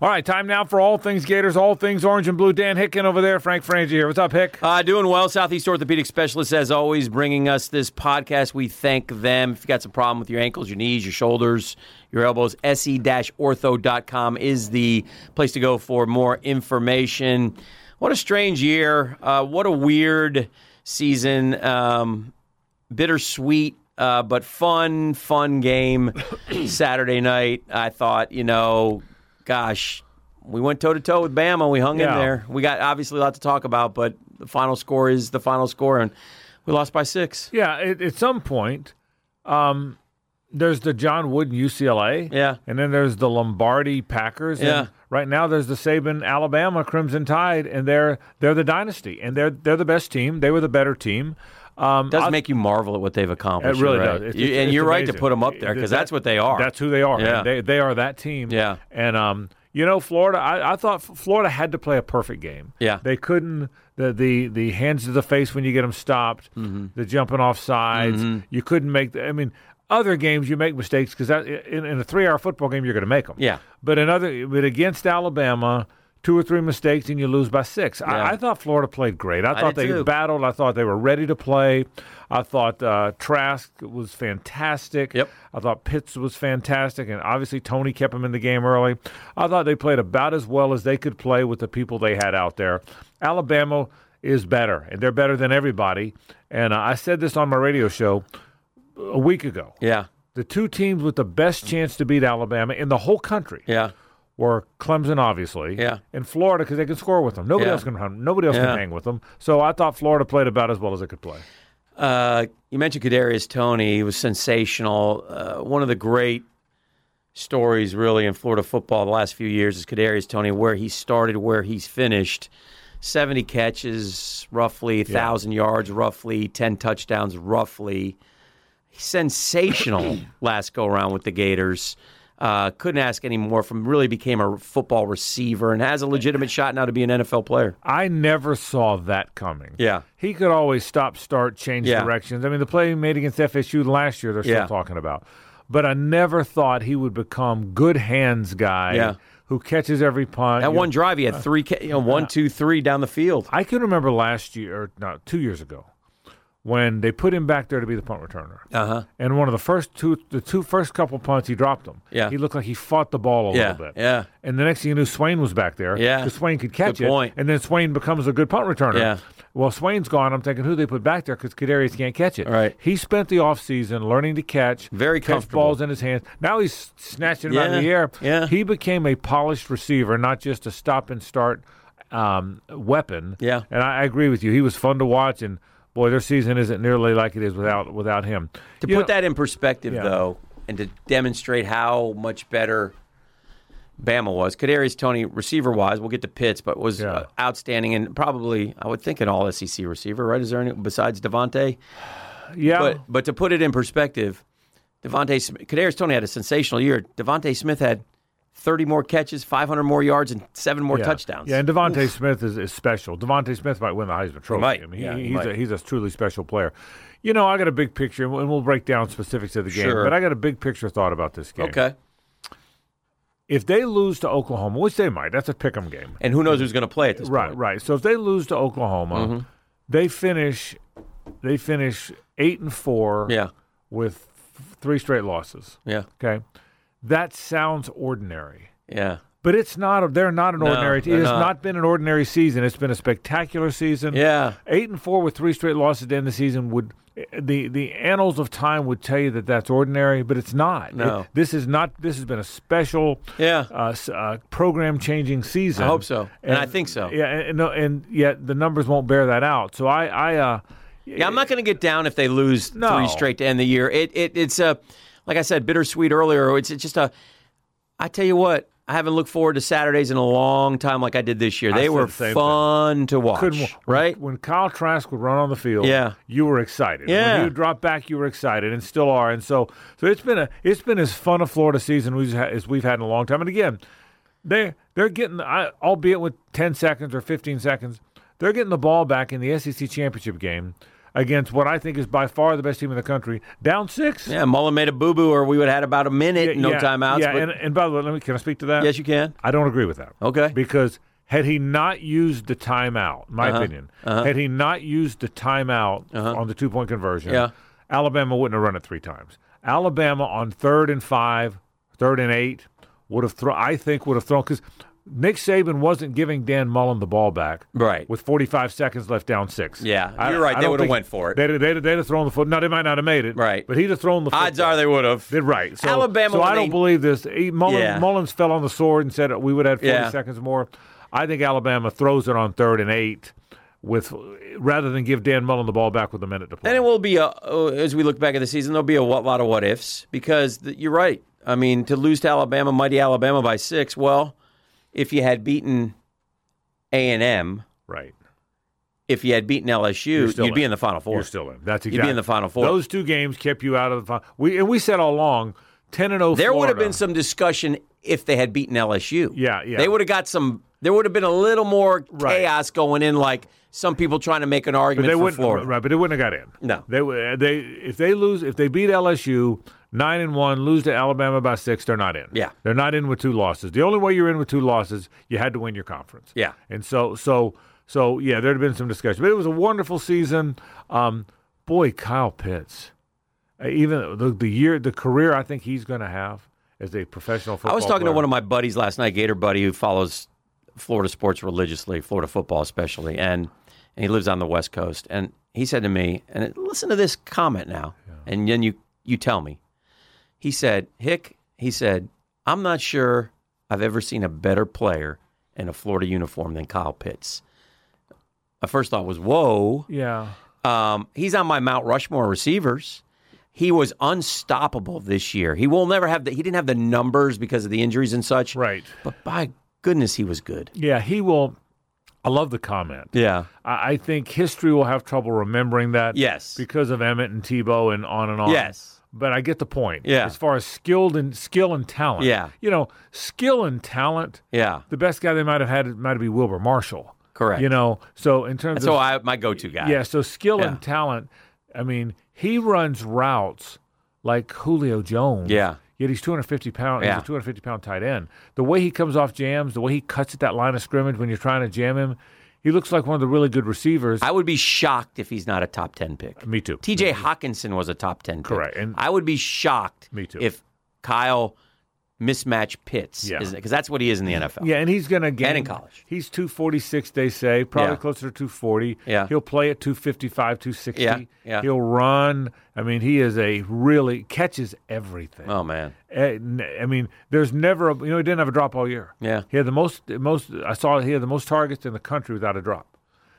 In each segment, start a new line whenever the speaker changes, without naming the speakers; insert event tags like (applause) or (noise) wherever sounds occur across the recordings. All right, time now for all things Gators, all things orange and blue. Dan Hicken over there, Frank Frangie here. What's up, Hick?
Uh, doing well. Southeast Orthopedic Specialists, as always, bringing us this podcast. We thank them. If you got some problem with your ankles, your knees, your shoulders, your elbows, se-ortho.com is the place to go for more information. What a strange year. Uh, what a weird season. Um, bittersweet uh, but fun,
(coughs)
fun game Saturday night. I thought, you know, gosh, we went toe to toe with Bama. We hung
Yeah.
in there. We got obviously a lot to talk about, but the final score is the final score, and we lost by six.
Yeah, at, at some point, um, there's the John Wooden UCLA.
Yeah.
And then there's the Lombardi Packers.
Yeah.
And right now there's the Saban Alabama Crimson Tide, and they're they're the dynasty, and they're they're the best team. They were the better team. Um,
It does
I-
make you marvel at what they've accomplished.
It really
you're right.
does. It's-
You-
it's-
and
it's
you're right to
amazing.
put them up there because
That-
that's what they are.
That's who they are.
Yeah.
They they are that team.
Yeah.
And um, you know, Florida. I, I thought F- Florida had to play a perfect game.
Yeah.
They couldn't the the the hands to the face when you get them stopped.
Mm-hmm.
The jumping off sides. You couldn't make. The, I mean, other games you make mistakes because in, in a three-hour football game you're going to make them.
Yeah.
But another but against Alabama. Two or three mistakes and you lose by six.
Yeah.
I, I thought Florida played great. I
I
thought
did
they
too.
battled. I thought they were ready to play. I thought uh, Trask was fantastic.
Yep.
I thought Pitts was fantastic, and obviously Tony kept him in the game early. I thought they played about as well as they could play with the people they had out there. Alabama is better, and they're better than everybody. And uh, I said this on my radio show a week ago.
yeah,
The two teams with the best chance to beat Alabama in the whole country
yeah.
were Clemson, obviously,
Yeah.
and Florida because they can score with them. Nobody
Yeah.
else can run. Nobody else
Yeah.
can hang with them. So I thought Florida played about as well as it could play.
Uh, you mentioned Kadarius Tony. He was sensational. Uh, one of the great stories, really, in Florida football the last few years is Kadarius Tony, where he started, where he's finished. Seventy catches, roughly thousand yards, roughly ten touchdowns, roughly. Sensational last go around with the Gators. Uh, couldn't ask any more from. Really became a football receiver and has a legitimate shot now to be an NFL player.
I never saw that coming.
Yeah.
He could always stop, start, change
Yeah.
directions. I mean, the play he made against FSU last year, they're still
Yeah.
talking about. But I never thought he would become good hands guy
Yeah.
who catches every punt.
That
You-
one drive, he had three, ca- you know, one, two, three down the field.
I can remember last year, or no, two years ago, when they put him back there to be the punt returner.
Uh huh.
And one of the first two, the two first couple punts, he dropped them.
Yeah.
He looked like he fought the ball a
Yeah,
little bit.
yeah.
And the next thing you knew, Swain was back there.
Yeah.
'cause Swain could catch
Good point.
it. And then Swain becomes a good punt returner.
Yeah.
Well, Swain's gone. I'm thinking who they put back there because Kadarius can't catch it.
Right.
He spent the offseason learning to catch,
Very
catch
comfortable.
balls in his hands. Now he's snatching them out
Yeah,
of the air.
yeah.
He became a polished receiver, not just a stop and start um, weapon.
Yeah.
And I, I agree with you. He was fun to watch, and boy, their season isn't nearly like it is without without him.
To
You
put
know-
that in perspective,
Yeah.
though, and to demonstrate how much better Bama was, Kadarius Tony, receiver wise, we'll get to Pitts, but was
Yeah.
uh, outstanding and probably, I would think, an all SEC receiver, right? Is there any besides Devontae?
yeah,
But but to put it in perspective, Devontae Sm- Kadarius Tony had a sensational year. Devontae Smith had 30 more catches, 500 more yards, and seven more
yeah.
touchdowns.
Yeah, and Devontae Smith is, is special. Devontae Smith might win the Heisman Trophy.
might.
I mean,
Yeah, he
he's, A,
might.
he's a truly special player. You know, I got a big picture, and we'll- and we'll break down specifics of the game.
Sure.
But I got a big picture thought about this game.
Okay.
If they lose to Oklahoma, which they might, that's a pick'em game.
And who knows who's going to play at this
Right,
point? Mm-hmm.
right. So if they lose to Oklahoma, they finish they finish eight and four.
Yeah.
with th- three straight losses.
Yeah.
Okay, that sounds ordinary.
Yeah.
But it's not. A, they're not an ordinary.
they're
It has
not.
not. been an ordinary season. It's been a spectacular season.
Yeah.
eight and four with three straight losses to end the season would the the annals of time would tell you that that's ordinary, but it's not.
No.
It- this is not. This has been a special,
Yeah.
uh, s- uh, program changing season.
I hope so. And I think so.
Yeah, and, and, and yet the numbers won't bear that out. So I, I, uh,
Yeah, I'm not going to get down if they lose
No.
three straight to end the year. It, it it's a like I said bittersweet earlier. It's it's just a. I tell you what, I haven't looked forward to Saturdays in a long time like I did this year. They
said
were
the same
fun to watch,
couldn't wa-
right?
when Kyle Trask would run on the field.
Yeah.
you were excited.
Yeah.
when you dropped back, you were excited, and still are. And so, so it's been a it's been as fun a Florida season we've had, as we've had in a long time. And again, they they're getting, I, albeit with ten seconds or fifteen seconds, they're getting the ball back in the SEC E championship game against what I think is by far the best team in the country, down six.
Yeah, Mullen made a boo boo, or we would have had about a minute,
Yeah,
no
yeah,
timeouts.
Yeah,
but-
and, and by the way, let me can I speak to that?
yes, you can.
I don't agree with that.
Okay.
Because had he not used the timeout, my
Uh-huh.
opinion, had he not used the timeout on the two point conversion,
Yeah.
Alabama wouldn't have run it three times. Alabama on third and five, third and eight would have thrown. I think would have thrown because Nick Saban wasn't giving Dan Mullen the ball back.
Right.
With 45 seconds left, down six.
Yeah,
I-
you're right.
I
They
don't
would've
think-
went for it.
They'd, they'd, they'd have thrown the foot. No, they might not have made it.
Right.
But he'd have thrown the.
Odds
football.
are they would have.
They're right. So,
Alabama,
So
when
I don't
they-
believe this. He- Mullen,
Yeah.
Mullins fell on the sword and said we would have had 40
Yeah.
seconds more. I think Alabama throws it on third and eight with rather than give Dan Mullen the ball back with a minute to play.
And it will be a uh, as we look back at the season, there'll be a wa- lot of what ifs because th- you're right. I mean, to lose to Alabama, mighty Alabama by six. Well, if you had beaten A and M,
right.
if you had beaten LSU,
still
you'd be
in.
in the Final 4
You're still in. That's
be
exactly.
in the Final Four.
Those two games kept you out of the final. We and we said all along, ten and zero.
there would have
Florida.
been some discussion if they had beaten LSU.
Yeah, yeah.
They would have got some. There would have been a little more
Right.
chaos going in, like some people trying to make an
But
argument
they
for
wouldn't.
Florida.
Right, but they wouldn't have got in.
No.
They would- they if they lose if they beat LSU nine and one lose to Alabama by six they're not in.
Yeah.
they're not in with two losses. The only way you're in with two losses you had to win your conference.
Yeah.
and so so so yeah there'd been some discussion, but it was a wonderful season. Um, boy, Kyle Pitts, Uh, even the, the year the career I think he's going to have as a professional football.
I was talking to one of my buddies last night, Gator buddy, who follows Florida sports religiously, Florida football especially, and and he lives on the West Coast. And he said to me, and it- listen to this comment now, and then you you tell me. He said, Hick, he said, I'm not sure I've ever seen a better player in a Florida uniform than Kyle Pitts. My first thought was, whoa.
yeah.
Um, he's on my Mount Rushmore receivers. He was unstoppable this year. He will never have the. He didn't have the numbers because of the injuries and such.
Right.
But by goodness, he was good.
Yeah, he will. I love the comment.
Yeah.
I I think history will have trouble remembering that.
Yes.
Because of Emmett and Tebow and on and on.
Yes.
But I get the point.
Yeah.
As far as skilled and skill and talent.
Yeah.
You know, skill and talent.
Yeah.
The best guy they might have had might be Wilbur Marshall.
Correct.
You know, so in terms
So
of
I my go to guy.
yeah, so skill
Yeah.
and talent. I mean, he runs routes like Julio Jones.
Yeah.
Yet he's 250 pounds.
Yeah.
He's a 250 pound tight end. The way he comes off jams, the way he cuts at that line of scrimmage when you're trying to jam him, he looks like one of the really good receivers.
I would be shocked if he's not a top ten pick.
Me too.
T.J. Hawkinson was a top ten. pick.
Correct. And-
I would be shocked.
Me too.
If Kyle mismatch Pitts,
Yeah.
because that's what he is in the NFL.
Yeah, and he's going to gain.
And in college.
He's 246, they say, probably
Yeah.
closer to 240.
Yeah.
He'll play at 255, 260.
Yeah, yeah.
He'll run. I mean, he is a really catches everything.
Oh man.
Eh, n- I mean, there's never a, you know, he didn't have a drop all year.
Yeah.
He had the most, most, I saw he had the most targets in the country without a drop.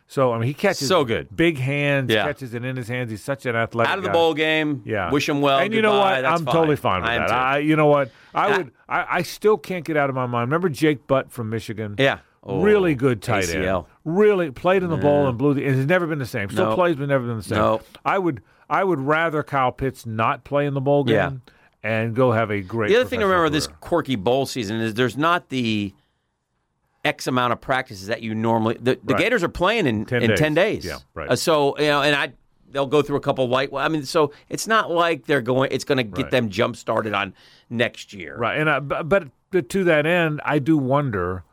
So, I mean, he catches
So good.
Big hands,
Yeah.
catches it in his hands. He's such an athletic.
Out of the
guy.
bowl game.
Yeah.
Wish him well.
And you know
Goodbye.
what?
That's
I'm totally fine with
I am
that.
too.
I, you know what? I
Yeah.
would. I, I still can't get out of my mind. Remember Jake Butt from Michigan?
Yeah.
really
Oh,
good tight
ACL.
end. Really played in the bowl and blew the. And has never been the same. Still
No.
plays, but never been the same.
No.
I would. I would rather Kyle Pitts not play in the bowl game
Yeah.
and go have a great.
The other thing to
professional
remember this
career.
quirky bowl season is there's not the X amount of practices that you normally. The, the
Right.
Gators are playing in
10
in
days.
ten days.
Yeah, right.
Uh, so you know, and I they'll go through a couple light. I mean, so it's not like they're going. It's going to get
Right.
them jump started on next year.
Right, and I, bu- but, but to that end, I do wonder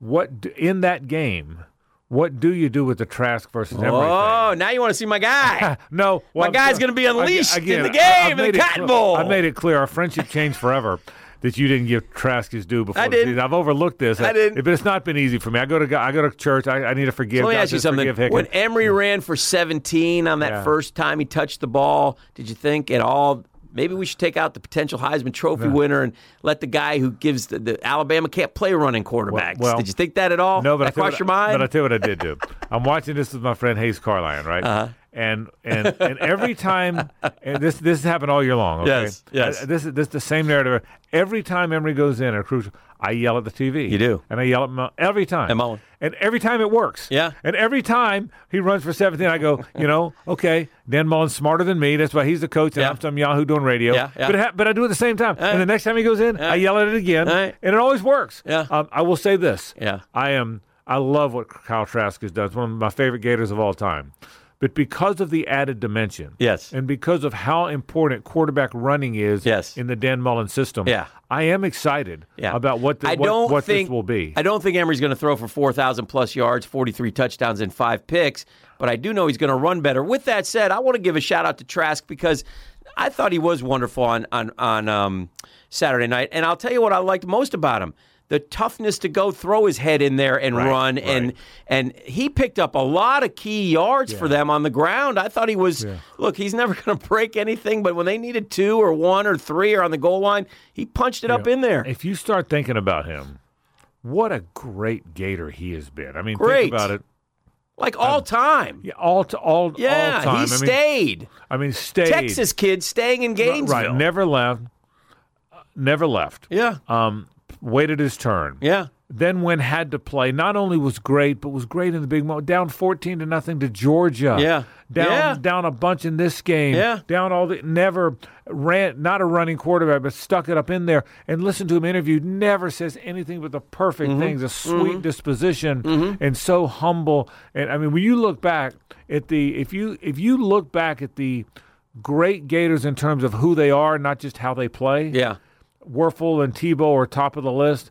what d- in that game. What do you do with the Trask versus Emory? thing?
Oh, now you want to see my guy?
(laughs) No, well,
My guy's
sorry.
gonna be unleashed
Aga-
in the game,
I've
in the
made it
Cotton
cl-
Bowl.
I made it clear our friendship changed forever. That you didn't give Trask his due before
I
the
didn't.
season. I've overlooked this.
I didn't.
But it's not been easy for me. I go to go- I go to church. I, I need to forgive.
Let me
God,
ask you
just
something.
forgive Hickman.
When Emery ran for 17 on that
Yeah.
first time he touched the ball, did you think at all? Maybe we should take out the potential Heisman Trophy winner and let the guy who gives the, the Alabama can't play running quarterbacks.
well,
did you think that at all?
No, but I
that
tell you
crossed your
what I-
mind.
But I tell you what I did do. I'm watching this with my friend Hayes Carline, right? Uh-huh. And and and every time, and this this has happened all year long. Okay?
Yes, yes.
Uh, This is this is the same narrative. Every time Emery goes in or crucial, I yell at the TV.
You do.
and I yell at Mul- every time.
And Mullen.
And every time it works.
Yeah.
And every time he runs for 17, I go, you know, okay, Dan Mullen's smarter than me. That's why he's the coach, and
Yeah.
I'm some Yahoo doing radio.
Yeah, yeah.
But, it ha- but I do it at the same time. and the next time he goes in, I yell at it again,
Alright.
and it always works.
Yeah.
Um, I will say this.
Yeah.
I am. I love what Kyle Trask has done. It's one of my favorite Gators of all time. But because of the added dimension,
Yes.
and because of how important quarterback running is
Yes.
in the Dan Mullen system,
Yeah.
I am excited
Yeah.
about what, the,
I
what-
don't
what
think,
this will be.
I don't think Emery's going to throw for 4,000 plus yards, 43 touchdowns, and five picks, but I do know he's going to run better. With that said, I want to give a shout out to Trask because I thought he was wonderful on, on, on um, Saturday night. And I'll tell you what I liked most about him the toughness to go throw his head in there and run. And, and he picked up a lot of key yards for them on the ground. I thought he was, look, he's never (laughs) going to break anything, but when they needed two or one or three or on the goal line, he punched it up in there.
if you start thinking about him, what a great Gator he has been. I mean,
Great.
think about it.
Like all time.
Yeah, all to, all
Yeah,
all time.
he
I mean,
stayed.
I mean, stayed.
Texas kid staying in Gainesville.
right? Never left. Uh, Never left.
Yeah.
Um, waited his turn.
Yeah.
Then when had to play, not only was great, but was great in the big moment. Down fourteen to nothing to Georgia.
Yeah.
Down
Yeah.
down a bunch in this game.
Yeah.
Down all the never ran not a running quarterback, but stuck it up in there and listened to him interviewed. Never says anything but the perfect
Mm-hmm.
things, a sweet disposition and so humble. And I mean when you look back at the if you if you look back at the great Gators in terms of who they are, not just how they play.
Yeah.
Werfel and Tebow are top of the list.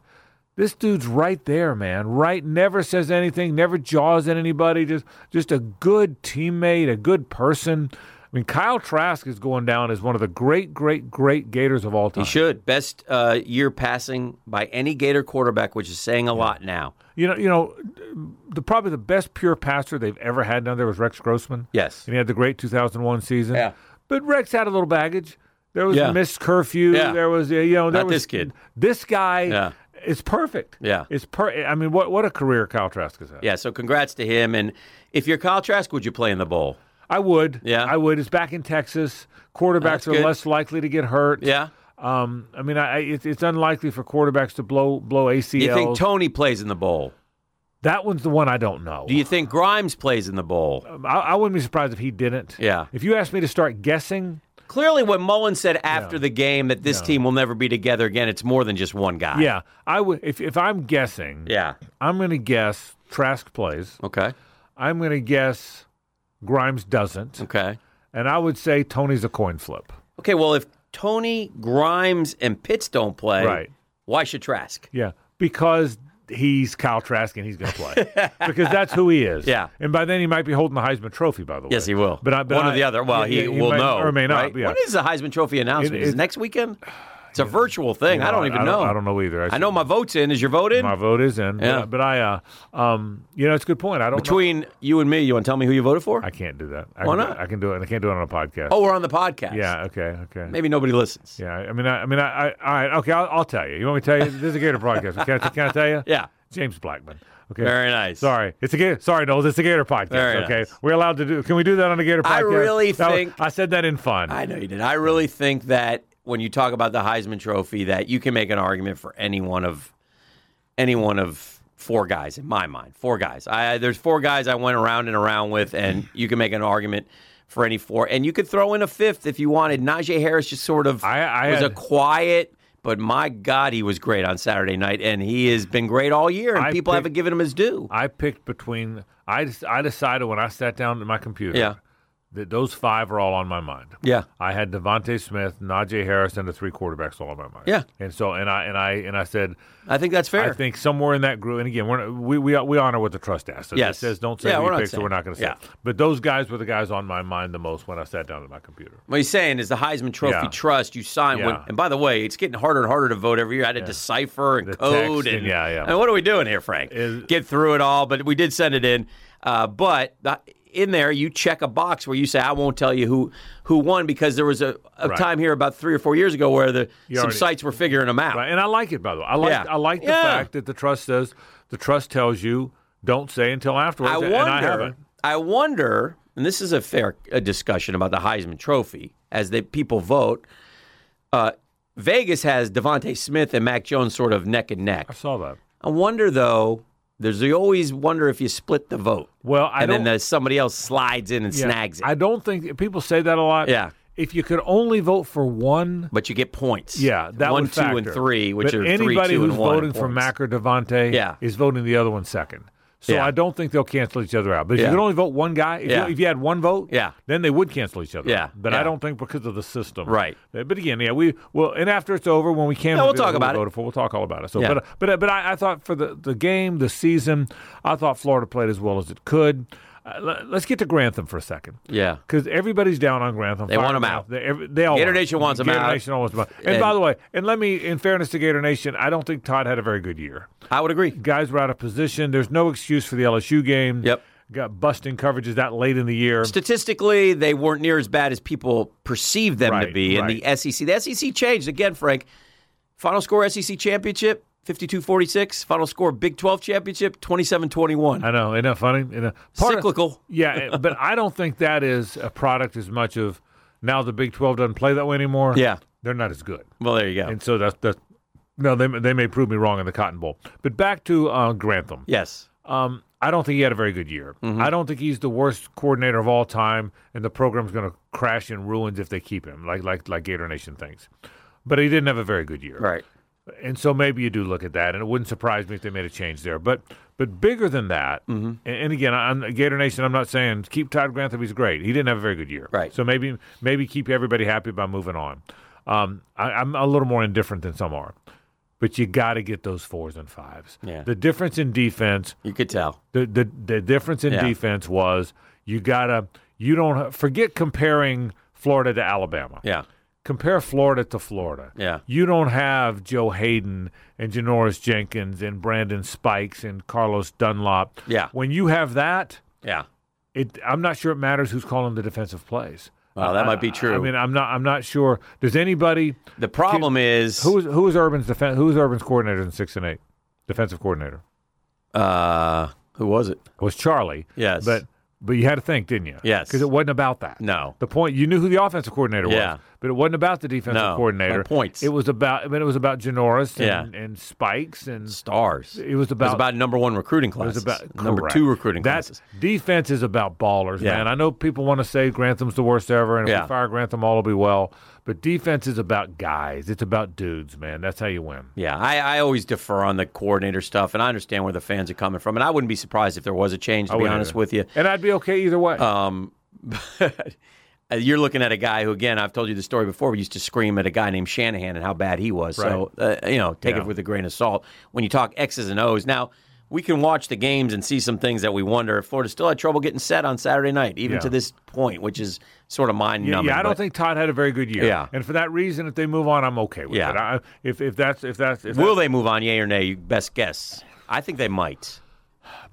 This dude's right there, man. Right, never says anything, never jaws at anybody. Just, just a good teammate, a good person. I mean, Kyle Trask is going down as one of the great, great, great Gators of all time.
He should. Best uh, year passing by any Gator quarterback, which is saying a lot now.
You know, you know, the probably the best pure passer they've ever had down there was Rex Grossman.
Yes.
and he had the great 2001 season.
Yeah.
But Rex had a little baggage. There was
Yeah.
missed curfew.
Yeah.
There was uh, you know there
Not
was,
this kid.
This guy
Yeah.
is perfect.
Yeah.
it's per. I mean, what what a career Kyle Trask has had.
Yeah, so congrats to him. And if you're Kyle Trask, would you play in the bowl?
I would.
Yeah.
I would. It's back in Texas. Quarterbacks
That's
are
good.
less likely to get hurt.
Yeah.
Um, I mean, I, I it's, it's unlikely for quarterbacks to blow blow ACLs.
Do you think Tony plays in the bowl?
that one's the one I don't know.
Do you think Grimes plays in the bowl?
Um, I, I wouldn't be surprised if he didn't.
Yeah.
If you asked me to start guessing,
Clearly, when Mullen said after the game that this team will never be together again, it's more than just one guy.
yeah, I would. If if I'm guessing,
Yeah.
I'm going to guess Trask plays.
Okay.
I'm going to guess Grimes doesn't.
Okay.
And I would say Tony's a coin flip.
Okay, well, if Tony, Grimes, and Pitts don't play,
Right.
why should Trask?
Yeah. Because he's Kyle Trask and he's going to
(laughs)
play. because that's who he is.
Yeah.
And by then he might be holding the Heisman Trophy, by the way.
Yes, he will.
But, I, but
one
I-
or the other. Well,
yeah,
he, will
may
know.
Or may not.
right?
Yeah.
When is the Heisman Trophy announcement?
It-
Is it
it-
next weekend? It's a virtual thing. I don't even know.
I don't know either.
I know my vote's in. Is your vote in?
my vote is in.
Yeah.
But, but I, uh, um, you know, it's a good point. I don't know-
Between you and me, you want to tell me who you voted for?
I can't do that. I
Why
can,
not?
I can do it. And I can't do it on a podcast.
oh, we're on the podcast.
Yeah. Okay. Okay.
Maybe nobody listens.
Yeah, I mean, I, I mean, I, I, all right, okay, I'll, I'll tell you. You want me to tell you? This is a Gator podcast. Can I, can I tell
(laughs)
you?
Yeah.
James Blackman. Okay.
Very nice.
Sorry, it's a Gator. Sorry, Knowles, it's a Gator podcast.
Very
okay,
nice.
we're allowed to do. Can we do that on a Gator podcast?
I really
That was-
think-
I said that in fun.
I know you did. I really think that when you talk about the Heisman Trophy, that you can make an argument for any one of any one of four guys in my mind. Four guys. I there's four guys I went around and around with,
Mm.
and you can make an argument for any four, and you could throw in a fifth if you wanted. Najee Harris just sort of
I- I
was
had-
a quiet. But my God, he was great on Saturday night, and he has been great all year, and
I
people
picked-
haven't given him his due.
I picked between. I des- I decided when I sat down at my computer.
Yeah.
That those five are all on my mind.
Yeah.
I had Devonte Smith, Najee Harris, and the three quarterbacks all on my mind.
Yeah.
And so and I and I and I said
I think that's fair.
I think somewhere in that group, and again, we're, not- we we we honor what the trust asks. So
Yes.
It says don't say
Yeah,
who
we're
you
not
picked, so
saying-
we're not going to say.
yeah.
it. But those guys were the guys on my mind the most when I sat down at my computer.
What he's saying is the Heisman Trophy
Yeah.
trust you sign. When,
Yeah.
and by the way, it's getting harder and harder to vote every year. I had to decipher and
The
code.
text and- yeah, yeah.
And what are we doing here, Frank?
Is-
Get through it all, but we did send it in. Uh, but the- in there, you check a box where you say, "I won't tell you who who won," because there was a, a
Right.
time here about three or four years ago where the some
already-
sites were figuring them out.
Right, and I like it by the way. I like
Yeah.
I like the
Yeah.
fact that the trust says the trust tells you don't say until afterwards.
I
and
wonder.
I haven't.
I wonder, and this is a fair uh discussion about the Heisman Trophy as the people vote. Uh, Vegas has Devonte Smith and Mac Jones sort of neck and neck.
I saw that.
I wonder though. There's you always wonder if you split the vote,
Well, I
and
don't.
then the, somebody else slides in and
yeah,
snags it,
I don't think people say that a lot.
Yeah.
If you could only vote for one,
but you get points.
yeah, that
one,
would
two, and
factor.
three, which
but
are
anybody
three, two,
who's
and one in
voting for
points.
Mac or Devontae
Yeah.
is voting the other one second. So
Yeah.
I don't think they'll cancel each other out. But if
Yeah.
you could only vote one guy, if,
Yeah.
you, if you had one vote,
Yeah.
then they would cancel each other.
Yeah.
But
Yeah.
I don't think because of the system.
Right.
Uh, But again, yeah, we well, and after it's over, when we can,
No, we'll
reveal
talk
who
about
we
it.
voted For, we'll talk all about it. So,
Yeah.
but uh, but but I, I thought for the the game, the season, I thought Florida played as well as it could. Uh, let, let's get to Grantham for a second.
Yeah.
Because everybody's down on Grantham.
They
Fire
want him
Grantham.
out.
They, every, they all
Gator
want him.
Nation wants him
Gator
out.
Nation wants him out. And,
And-
by the way, and let me, in fairness to Gator Nation, I don't think Todd had a very good year.
I would agree.
Guys were out of position. There's no excuse for the LSU game.
Yep.
Got busting coverages that late in the year.
Statistically, they weren't near as bad as people perceived them to
Right,
be in
right.
the SEC. The SEC changed again, Frank. Final score SEC championship 52-46. Final score Big 12 championship 27-21.
I know. Isn't that funny? Isn't that- part of-
Cyclical.
yeah, eh, but I don't think that is a product as much of now the Big 12 doesn't play that way anymore.
Yeah.
They're not as good.
Well, there you go.
And so that's, that's no, they, they may prove me wrong in the Cotton Bowl. But back to uh, Grantham.
yes.
Um, I don't think he had a very good year.
Mm-hmm.
I don't think he's the worst coordinator of all time, and the program's going to crash in ruins if they keep him, like like like Gator Nation thinks. But he didn't have a very good year,
Right.
and so maybe you do look at that, and it wouldn't surprise me if they made a change there. But but bigger than that,
Mm-hmm.
and, and again, I'm, Gator Nation, I'm not saying keep Todd Grantham; he's great. He didn't have a very good year,
Right.
So maybe maybe keep everybody happy by moving on. Um, I, I'm a little more indifferent than some are, but you got to get those fours and fives.
Yeah.
The difference in defense
You could tell.
the the the difference in
Yeah.
defense was you gotta you don't forget comparing Florida to Alabama.
Yeah.
Compare Florida to Florida.
Yeah.
You don't have Joe Hayden and Janoris Jenkins and Brandon Spikes and Carlos Dunlop.
Yeah.
When you have that,
Yeah.
it I'm not sure it matters who's calling the defensive plays.
Wow, that
I-
might be true.
I mean, I'm not I'm not sure. Does anybody
the problem is
who is who is Urban's defense who is Urban's coordinator in six and eight? Defensive coordinator.
uh who was it?
was Charlie.
Yes.
But but you had to think, didn't you?
Yes.
Because it wasn't about that.
No.
The point you knew who the offensive coordinator
Yeah.
was, but it wasn't about the defensive
No,
coordinator.
about points.
It was about I mean it was about Janoris and,
Yeah.
and Spikes and
Stars.
it was
It
about
was about number one recruiting
it was
classes.
about-
number
correct.
two recruiting
that,
classes.
Defense is about ballers,
Yeah.
man. I know people want to say Grantham's the worst ever, and if
Yeah.
we fire Grantham, all will be well. But defense is about guys. It's about dudes, man. That's how you win.
Yeah, I, I always defer on the coordinator stuff, and I understand where the fans are coming from, and I wouldn't be surprised if there was a change. To be
wouldn't
honest
either.
with you,
And I'd be okay either way.
but (laughs) you're looking at a guy who, again, I've told you the story before. We used to scream at a guy named Shanahan and how bad he was. So uh, you know, take
Yeah.
it with a grain of salt when you talk X's and O's. Now we can watch the games and see some things that we wonder if Florida still had trouble getting set on Saturday night, even
Yeah.
to this point, which is sort of mind
Yeah,
numbing.
yeah, I don't think Todd had a very good year.
Yeah.
and for that reason, if they move on, I'm okay with
Yeah.
it. I, if if that's if that's if
Will they move on? Yay or nay? Best guess. I think they might.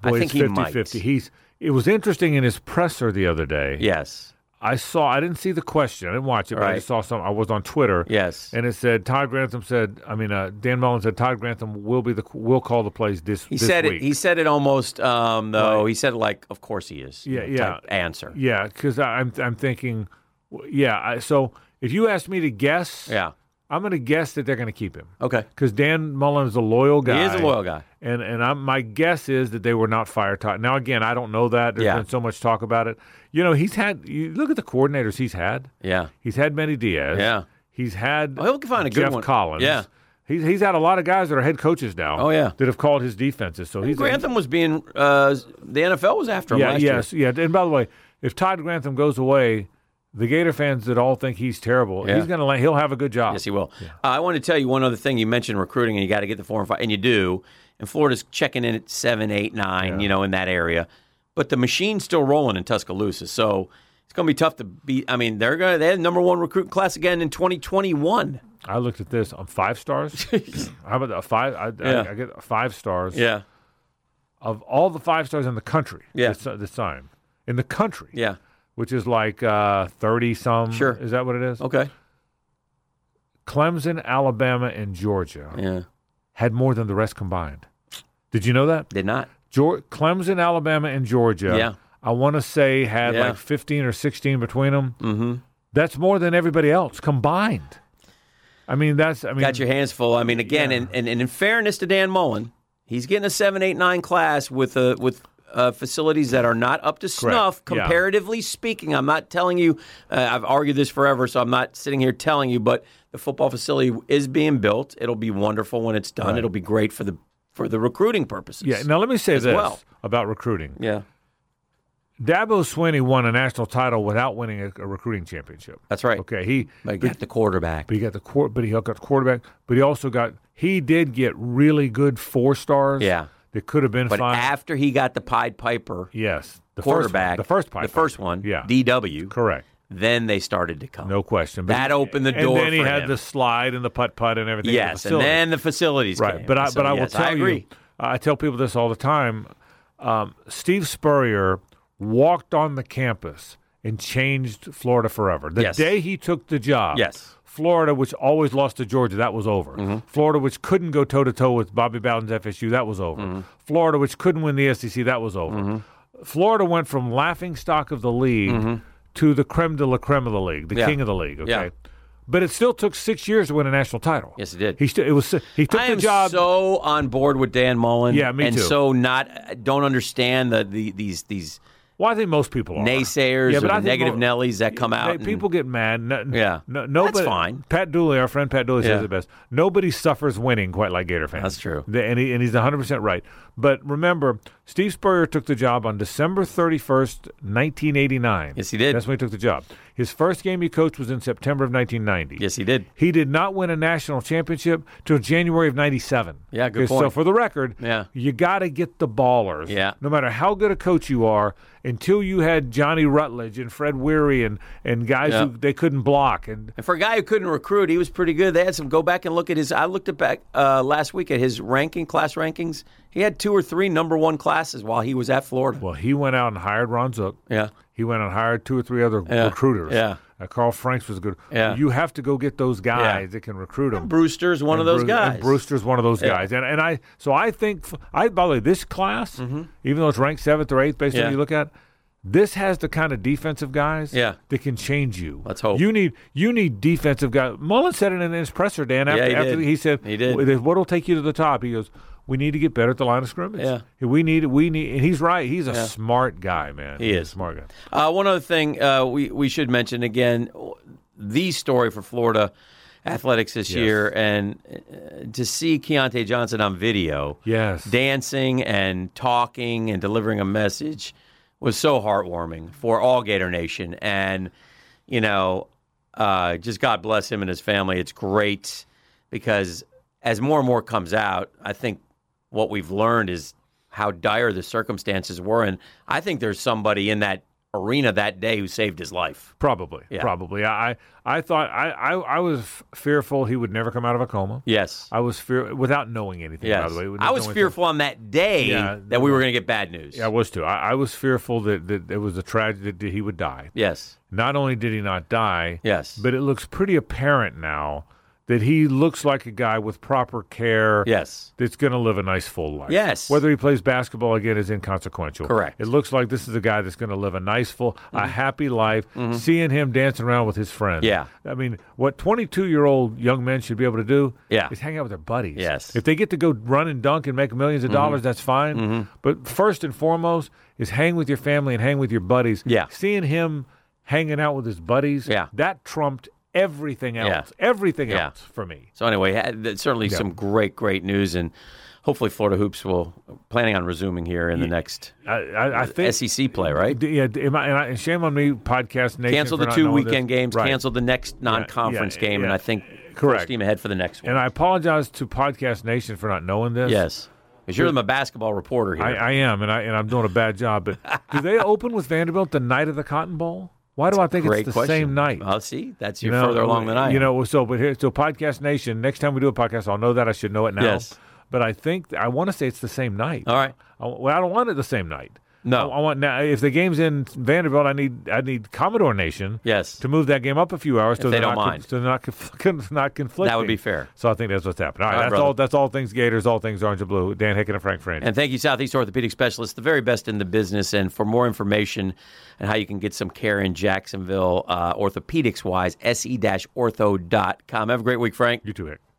that's, boy,
I
it's
think he might.
50-50. He's it was interesting in his presser the other day.
Yes.
I saw I didn't see the question. I didn't watch it, but I
Right.
just saw some. I was on Twitter.
Yes.
and it said Todd Grantham said. I mean, uh, Dan Mullen said Todd Grantham will be the will call the plays this.
He said it. He said it almost. Um, though
Right.
he said it like, "Of course he is." you
Yeah,
know,
yeah.
type answer.
yeah, because I'm I'm thinking, w- yeah. I, so if you ask me to guess,
Yeah.
I'm going to guess that they're going to keep him.
Okay.
Because Dan Mullen is a loyal guy.
He is a loyal guy.
And and I'm, my guess is that they were not fire Todd. Now again, I don't know that. There's
Yeah.
been so much talk about it. You know, he's had. You look at the coordinators he's had.
Yeah.
He's had Manny Diaz.
Yeah.
He's had.
Oh, he'll find a good
Jeff
one.
Collins.
Yeah.
He's he's had a lot of guys that are head coaches now.
Oh, yeah.
That have called his defenses. So he's
Grantham was being. Uh, the NFL was after him
yeah.
last
Yes. Yeah. And by the way, if Todd Grantham goes away. The Gator fans that all think he's terrible,
Yeah.
he's gonna la- he'll have a good job.
Yes, he will. Uh, I want to tell you one other thing. You mentioned recruiting, and you got to get the four and five, and you do. And Florida's checking in at seven, eight, nine. You know, in that area, but the machine's still rolling in Tuscaloosa, so it's going to be tough to beat. I mean, they're going to they had number one recruit class again in twenty twenty one.
I looked at this. I'm five
(laughs)
stars. How about a five? I,
Yeah.
I, I get five stars.
Yeah,
Of all the five stars in the country,
Yeah.
this, this time in the country,
yeah.
which is like uh, thirty some.
Sure. Oh.
is that what it is?
Okay.
Clemson, Alabama, and Georgia
Yeah.
had more than the rest combined. Did you know that?
Did not.
Geor Clemson, Alabama, and Georgia.
Yeah.
I want to say had
Yeah.
like fifteen or sixteen between them.
Mm-hmm.
That's more than everybody else combined. I mean, that's. I mean,
Got your hands full. I mean, again, and, and, and in fairness to Dan Mullen, he's getting a seven, eight, nine class with a with uh, facilities that are not up to snuff,
Yeah.
comparatively speaking. I'm not telling you. Uh, I've argued this forever, so I'm not sitting here telling you. But the football facility is being built. It'll be wonderful when it's done. It'll be great for the for the recruiting purposes.
Yeah. Now let me say
As
this
well.
about recruiting.
Yeah.
Dabo Swinney won a national title without winning a, a recruiting championship.
That's right.
Okay, he
But got the quarterback.
but he got the court, but he got the quarterback, but he also got he did get really good four stars.
Yeah.
that could have been
But
fine.
after he got the Pied Piper
yes, the first,
quarterback,
the first Pied
the
Piper.
first one,
Yeah,
DW,
correct,
then they started to come.
no question.
That opened the
And
door
then he
for
had
him.
the slide and the putt putt and everything. at the
yes, and
facility.
then the facilities
right.
came.
But I
So,
but I will
yes,
tell
agree.
you, I tell people this all the time. Um, Steve Spurrier walked on the campus and changed Florida forever. The
Yes.
day he took the job,
Yes. Mm-hmm.
Florida, which always lost to Georgia, that was over. Florida, which couldn't go toe to toe with Bobby Bowden's FSU, that was over.
Mm-hmm.
Florida, which couldn't win the SEC, that was over. Florida went from laughing stock of the league to the creme de la creme of the league, the
Mm-hmm. Yeah.
king of the league. Okay,
Yeah.
but it still took six years to win a national title.
Yes, it did.
He still it was he took
I
the
am
job.
so on board with Dan Mullen.
Yeah, me
and
too.
so not don't understand the, the these these
Well, I think most people are
naysayers
Yeah,
or
but I
the
think
negative
mo-
Nellies that come out.
They-
and-
people get mad. No,
Yeah.
no, nobody,
fine.
Pat Dooley, our friend Pat Dooley,
Yeah.
says it best. Nobody suffers winning quite like Gator fans.
That's true.
The- and, he, and he's 100 percent right. But remember, Steve Spurrier took the job on December 31st, 1989.
Yes, he did.
That's when he took the job. His first game he coached was in September of 1990.
yes, he did.
He did not win a national championship till January of '97.
Yeah, good
So
point.
for the record,
Yeah.
you got to get the ballers.
Yeah.
No matter how good a coach you are, until you had Johnny Rutledge and Fred Weary and and guys
Yeah.
who they couldn't block and
And for a guy who couldn't recruit, he was pretty good. They had some. Go back and look at his. I looked at back uh, last week at his ranking class rankings. He had two or three number one classes while he was at Florida.
well, he went out and hired Ron Zook.
Yeah.
He went out and hired two or three other
Yeah.
recruiters.
Yeah.
Uh, Carl Franks was good.
Yeah.
You have to go get those guys that can recruit them.
Brewster's one of those
Bru-
guys.
And Brewster's one of those guys. And and I so I think f- I by the way, this class, even though it's ranked seventh or eighth based on
Mm-hmm. Yeah.
what you look at, this has the kind of defensive guys
Yeah.
that can change you.
Let's hope.
You need you need defensive guys. Mullen said it in his presser, Dan, after,
he
after
did.
he said
He did.
"Wh- what'll take you to the top? He goes, We need to get better at the line of scrimmage.
Yeah.
We need we need and he's right. He's a smart guy, man.
He
He's a
is.
smart guy.
Uh, one other thing uh, we we should mention again, the story for Florida athletics this year, and uh, to see Keontae Johnson on video,
Yes.
dancing and talking and delivering a message was so heartwarming for all Gator Nation, and you know, uh, just God bless him and his family. It's great because as more and more comes out, I think what we've learned is how dire the circumstances were. And I think there's somebody in that arena that day who saved his life.
Probably,
Yeah.
probably. I, I thought I, I, I was f- fearful he would never come out of a coma.
Yes.
I was fear without knowing anything.
Yes.
By the way, Without
I was
knowing
fearful on that day
Yeah,
that we were going to get bad news.
anything. I was too. I, I was fearful that, that it was a tragedy that he would die.
Yes.
Not only did he not die,
Yes.
but it looks pretty apparent now that he looks like a guy with proper care.
yes.
That's going to live a nice full life.
Yes.
Whether he plays basketball again is inconsequential.
Correct. Mm-hmm.
It looks like this is a guy that's going to live a nice full, a happy life. Seeing him dancing around with his friends.
Yeah.
I mean, what 22 year old young men should be able to do
Yeah.
is hang out with their buddies.
Yes. Mm-hmm.
If they get to go run and dunk and make millions of dollars, that's fine. But first and foremost is hang with your family and hang with your buddies.
Yeah.
Seeing him hanging out with his buddies,
Yeah.
that trumped everything
Yeah.
else. Everything
Yeah.
else for me.
So anyway, had- th- certainly some great, great news, and hopefully Florida hoops will planning on resuming here in the next
I, I, I think
SEC play, right?
D- Yeah, d- am I- and, I, and shame on me, podcast nation.
Cancel
for
the
not
two
knowing
weekend
this.
games.
Right.
Cancel the next non-conference
yeah,
game, and
yeah.
I think
Correct.
steam ahead for the next one.
And I apologize to podcast nation for not knowing this.
yes, because you're a basketball reporter here.
I, I am, and I and I'm doing a bad job.
(laughs)
But do they open with Vanderbilt the night of the Cotton Bowl? Why do I think
great
it's the
question.
same night?
Well, see, that's you're
know,
further along than I am.
You know, so but here, so podcast nation. Next time we do a podcast, I'll know that I should know it now.
Yes.
But I think I want to say it's the same night.
all right.
I, well, I don't want it the same night.
No.
I, I want now. If the game's in Vanderbilt, I need I need Commodore Nation.
Yes.
to move that game up a few hours so
they
they're
don't
not,
mind.
So they're not, conf- (laughs) con- not conflicting.
That would be fair.
So I think that's what's happened. All right,
All right,
that's
brother.
all. That's all things Gators, all things Orange and Blue. Dan Hicken and Frank French.
And thank you, Southeast Orthopedic Specialists, the very best in the business. And for more information and how you can get some care in E Jacksonville, uh, orthopedics wise, se-ortho.com. Have a great week, Frank.
you too, Hick.